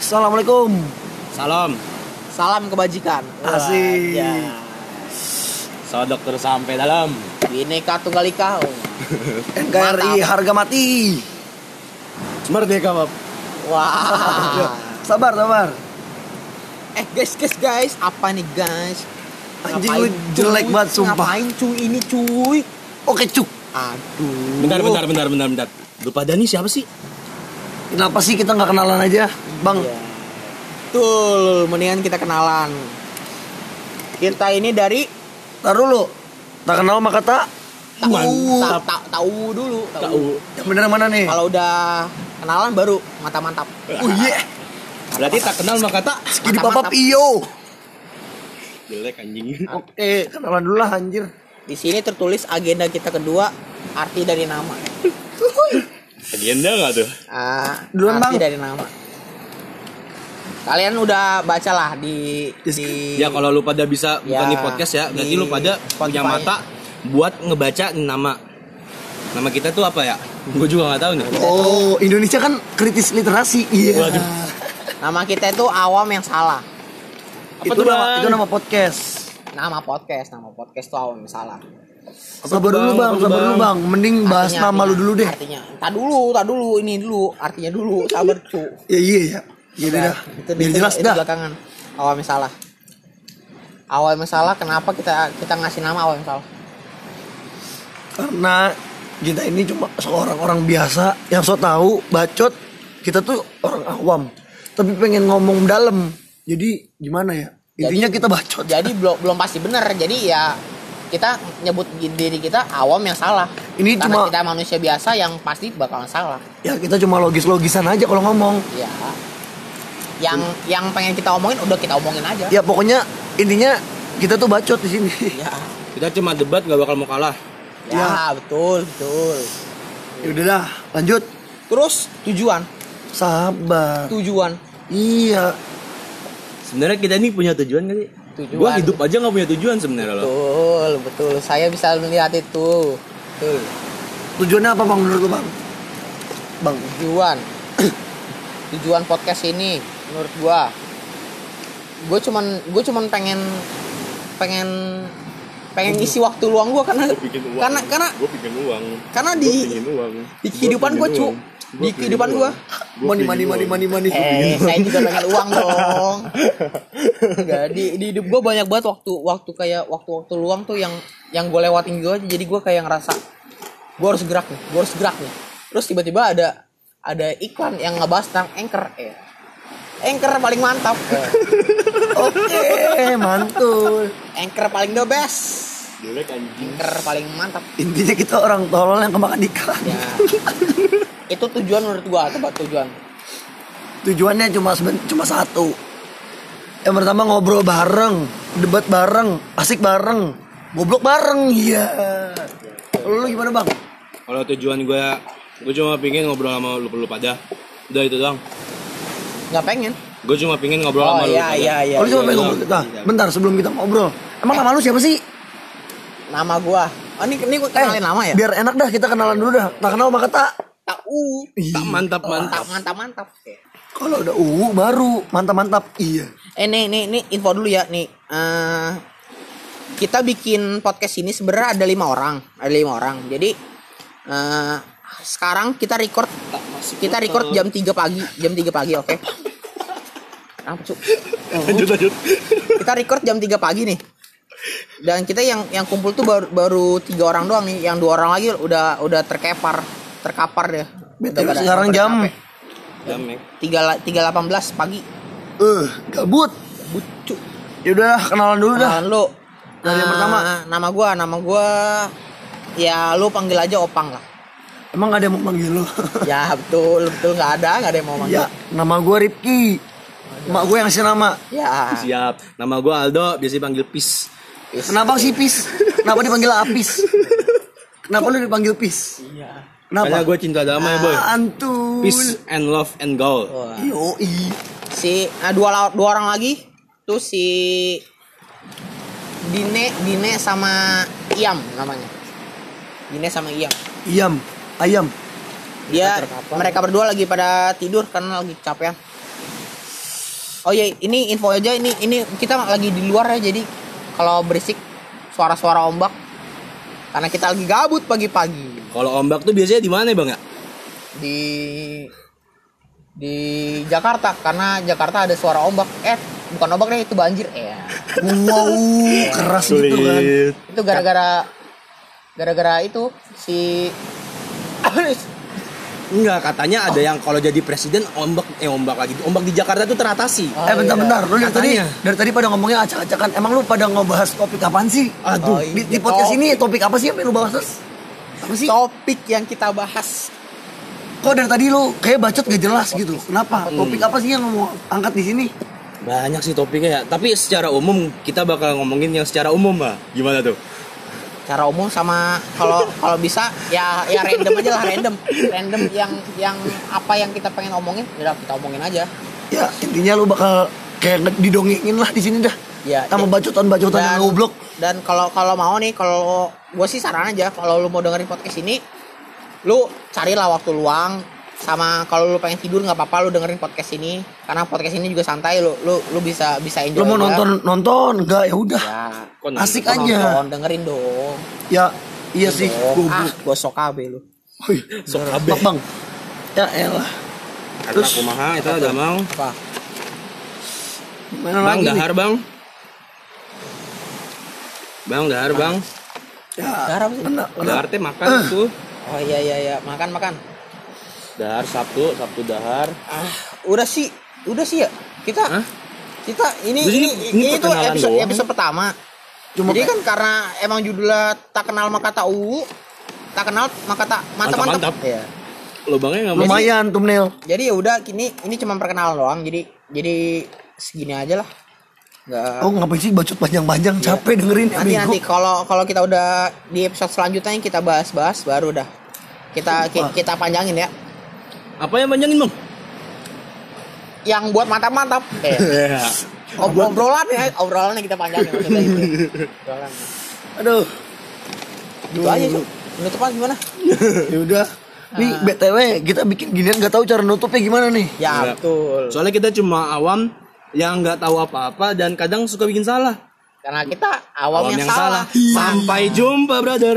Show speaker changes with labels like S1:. S1: Assalamualaikum.
S2: Salam,
S3: Salam kebajikan. Wah,
S1: Asik.
S3: ya.
S2: sodok terus sampai dalam.
S3: Bineka Tunggal Ika. oh.
S1: NKRI harga mati.
S2: Merdeka, Bab.
S3: Wah.
S1: Sabar, sabar.
S3: eh guys, guys, guys, apa nih guys?
S1: Anjing
S3: Ngapain,
S1: lu jelek
S3: cuy?
S1: banget sumpah.
S3: Ngapain cuy ini cuy?
S1: Oke, Cuk.
S3: Aduh.
S2: Bentar, bentar, bentar, bentar, bentar. Lu pada nih siapa sih?
S1: Kenapa sih kita nggak kenalan aja, Bang?
S3: Iya. Betul, mendingan kita kenalan. Kita ini dari
S1: Ntar dulu. Tak kenal maka tak.
S3: tahu
S2: Mantap.
S3: tahu tahu dulu. Tahu.
S2: Tahu.
S1: Yang bener mana nih?
S3: Kalau udah kenalan baru mata mantap.
S1: Oh iya,
S2: Berarti tak kenal maka tak.
S1: gini
S3: Ah, Mantap,
S1: papap
S3: mantap.
S1: iyo.
S2: Jelek anjing.
S1: Oke, kenalan dulu lah anjir.
S3: Di sini tertulis agenda kita kedua, arti dari nama.
S2: Agenda nggak tuh?
S3: Ah,
S1: Duluan, Bang.
S3: arti dari nama. Kalian udah baca lah di di
S2: Ya kalau lu pada bisa bukan
S3: Ya,
S2: di podcast ya, berarti
S3: di
S2: lu pada punya
S3: Spotify.
S2: mata buat ngebaca nama. Nama kita tuh apa ya? Gue juga nggak tahu nih.
S1: Oh, Indonesia kan kritis literasi. Iya.
S3: Ya.
S2: Waduh.
S3: nama kita itu awam yang salah.
S2: Apa
S1: Itu
S2: tuh,
S1: nama
S2: Bang?
S1: itu nama podcast.
S3: Nama podcast, nama podcast tuh awam yang salah.
S1: Sabar
S2: tuh,
S1: dulu, Bang.
S2: Bang? Apa tuh,
S1: Sabar dulu,
S2: Bang?
S1: Bang. Mending bahas
S3: Artinya-
S1: nama lu dulu deh.
S3: Artinya, tak dulu, tak dulu, ini dulu, artinya dulu, sabar cu.
S1: Ya iya ya. Ya udah. dah.
S3: Itu di-
S1: Biar
S3: itu-
S1: jelas
S3: itu
S1: dah.
S3: Belakangan. Awam yang salah. Awam yang salah, kenapa kita kita ngasih nama awam yang salah?
S1: karena kita ini cuma seorang orang biasa yang so tahu bacot kita tuh orang awam tapi pengen ngomong dalam jadi gimana ya intinya kita bacot
S3: Jadi belum belum pasti benar. Jadi ya kita nyebut diri kita awam yang salah.
S1: Ini
S3: Karena
S1: cuma-
S3: kita manusia biasa yang pasti bakalan salah.
S1: ya kita cuma logis logisan aja kalau ngomong
S3: Ya. Yang yang pengen kita omongin udah kita omongin aja.
S1: ya pokoknya intinya kita tuh bacot di sini
S3: Ya.
S2: Kita cuma debat nggak bakal mau kalah.
S3: Ya,
S1: Ya.
S3: betul, betul.
S1: ya udahlah lanjut
S3: Terus tujuan,
S1: sabar
S3: tujuan.
S1: iya
S2: Sebenarnya kita ini punya tujuan kali.
S3: Tujuan.
S2: Gua hidup aja nggak punya tujuan sebenarnya loh.
S3: Betul, betul. Saya bisa melihat itu. Betul.
S1: tujuannya apa bang menurut lu bang bang
S3: Tujuan. tujuan podcast ini menurut gua gue cuman gue cuman pengen pengen pengen ngisi waktu luang gua karena karena karena
S2: gue pingin uang
S3: karena di
S2: uang
S3: di kehidupan gue cu di kehidupan gue
S1: mani mani mani mani mani
S3: eh saya juga pengen uang dong Nggak, di di hidup gue banyak banget waktu waktu kayak waktu waktu luang tuh yang yang gue lewatin gitu aja jadi gue kayak ngerasa gue harus gerak nih gue harus gerak nih terus tiba-tiba ada ada iklan yang ngebahas tentang anchor eh anchor paling mantap Eh,
S1: oke Eh, mantul
S3: anchor paling the best
S2: jelek anjing
S3: anchor paling mantap
S1: intinya kita orang tolol yang kemakan ikan
S3: ya itu tujuan menurut gue tempat tujuan
S1: tujuannya cuma seben- cuma satu yang pertama ngobrol bareng debat bareng asik bareng goblok bareng iya lu gimana bang
S2: kalau tujuan gue gue cuma pingin ngobrol sama lu lu pada udah itu doang
S3: nggak pengen
S2: gue cuma pingin ngobrol
S3: oh
S2: sama lu
S3: iya
S2: pada.
S3: iya iya
S1: Oh, lu cuma
S2: iya,
S1: pengen
S2: iya.
S1: ngobrol nah, bentar sebelum kita ngobrol emang nama lu siapa sih
S3: nama gue oh, ini ini
S1: Eh,
S3: gue kenalin nama ya
S1: biar enak dah kita kenalan dulu dah tak kenal maka tak
S3: tahu
S2: tak mantap
S3: mantap
S2: mantap
S3: mantap mantap
S1: kalau udah uh baru mantap mantap iya
S3: eh nih nih nih info dulu ya nih Eh, kita bikin podcast ini sebenarnya ada lima orang ada lima orang jadi eh sekarang kita record kita record jam 3 pagi jam 3 pagi oke Apa, Cuk?
S2: lanjut lanjut
S3: kita record jam 3 pagi nih dan kita yang yang kumpul tuh baru baru tiga orang doang nih yang dua orang lagi udah udah terkepar terkapar deh Udah
S1: btw
S3: pada-
S1: sekarang
S3: pada
S1: jam
S3: capek.
S2: Ya,
S3: tiga la- tiga delapan belas pagi
S1: eh gabut
S3: bucu
S1: ya udah kenalan dulu dah
S3: kenalan lu
S1: Dari yang
S3: Ah,
S1: pertama.
S3: nama gua nama gua ya lu panggil aja opang lah
S1: emang ada yang mau manggil lu
S3: ya betul betul nggak ada nggak ada yang mau manggil
S1: ya nama gue Ripki mak gue yang ngasih nama
S3: ya
S2: siap nama gue Aldo biasa dipanggil Pis
S1: Kenapa sih pis? Kenapa dipanggil apis? Kenapa lu dipanggil pis?
S3: Iya.
S2: karena
S1: Kenapa?
S2: gue cinta damai boy
S1: Antul.
S2: peace and love and goal
S3: Wah.
S1: Yoi.
S3: si nah, dua la- dua orang lagi tuh si Dine Dine sama Iam namanya Dine sama Iam
S1: Iam. Ayam.
S3: Ya, dia mereka berdua lagi pada tidur karena lagi kecapean Oh iya, ini info aja ini ini kita lagi di luar ya jadi kalau berisik suara-suara ombak karena kita lagi gabut pagi-pagi
S2: Kalau ombak tuh biasanya di mana ya bang ya?
S3: di di Jakarta karena Jakarta ada suara ombak eh bukan ombak deh itu banjir ya
S1: Wow, keras gitu kan.
S4: Sulit.
S3: itu gara-gara gara-gara itu si kan?
S2: Enggak, katanya ada yang kalau jadi presiden ombak eh ombak lagi. Ombak di Jakarta tuh teratasi.
S3: Oh,
S1: eh bentar-bentar, lu lihat tadi
S2: Katanya.
S1: dari tadi pada ngomongnya acak-acakan. Emang lu pada ngebahas topik apaan sih?
S2: Aduh.
S3: Oh,
S1: Di, di
S3: iya.
S1: podcast ini topik apa sih yang pengen lu bahas terus? Apa sih?
S3: topik yang kita bahas
S1: Kok dari tadi lu kayak bacot gak jelas gitu. Kenapa? Topik apa sih yang lu mau angkat di sini?
S2: Banyak sih topiknya ya, tapi secara umum kita bakal ngomongin yang secara umum, Mbak. Gimana tuh?
S3: cara umum sama kalau kalau bisa ya ya random aja lah random random yang yang apa yang kita pengen omongin udah kita omongin aja
S1: Ya, intinya lu bakal kayak nge- didongengin lah di sini dah.
S3: Ya,
S1: Sama
S3: ya.
S1: bacotan-bacotan yang
S3: Dan-
S1: goblok.
S3: dan kalau kalau mau nih kalau gue sih saran aja kalau lu mau dengerin podcast ini lu carilah waktu luang sama kalau lu pengen tidur nggak apa-apa lu dengerin podcast ini karena podcast ini juga santai lu lu lu bisa bisa enjoy
S1: Lu mau
S3: aja.
S1: nonton nonton enggak ya udah.
S3: ya
S2: Kok nonton?
S1: Asik aja.
S3: nonton dengerin dong
S1: Ya, iya sih.
S3: dong. ah
S1: Goblok.
S3: gosok abe lu
S1: Wih,
S2: Sok abe.
S1: Bang, bang. Ya elah.
S2: Karena
S1: Terus-
S2: kumaha itu ada mang.
S3: apa
S1: Mana
S2: Bang
S1: lagi nih?
S2: dahar, Bang. Bang dahar, Bang.
S1: Ya,
S3: Garam sih.
S1: kena, kena.
S2: Dahar teh makan
S1: Eh.
S2: tuh.
S3: oh iya iya iya makan makan
S2: Dahar Sabtu, Sabtu dahar.
S3: ah udah sih udah sih ya kita
S2: Hah?
S3: kita ini
S2: Jadi
S3: ini,
S2: ini
S3: ini, tuh
S2: perkenalan
S3: episode,
S2: doang.
S3: episode pertama
S1: Cuma
S3: jadi
S1: kayak-
S3: kan karena emang judulnya tak kenal maka tak u tak kenal maka tak mantap mantap,
S2: Mantap, mantap.
S3: Iya.
S2: Lubangnya nggak masuk.
S1: Lumayan thumbnail.
S3: jadi ya udah ini ini cuma perkenalan doang jadi jadi segini aja lah nggak
S1: Oh ngapain sih bacot panjang-panjang
S3: Iya.
S1: capek dengerin ya,
S3: nanti
S1: bego.
S3: nanti kalau kalau kita udah di episode selanjutnya yang kita bahas-bahas baru dah kita ki-
S1: Wah.
S3: kita panjangin ya
S2: Apa yang panjangin, Bang?
S3: yang buat mantap mantap eh, ob- obrolan ya obrolannya kita panjangin maksudnya gitu. obrolan
S1: Aduh.
S3: itu Gitu aja Ah. Su. penutupan gimana
S1: Ya udah. Nih BTW kita bikin ginian gak tahu cara nutupnya gimana nih.
S3: ya
S2: Iya.
S3: betul
S2: Soalnya kita cuma awam yang nggak tahu apa-apa dan kadang suka bikin salah.
S3: karena kita awam, yang, salah.
S2: Sampai jumpa, brother.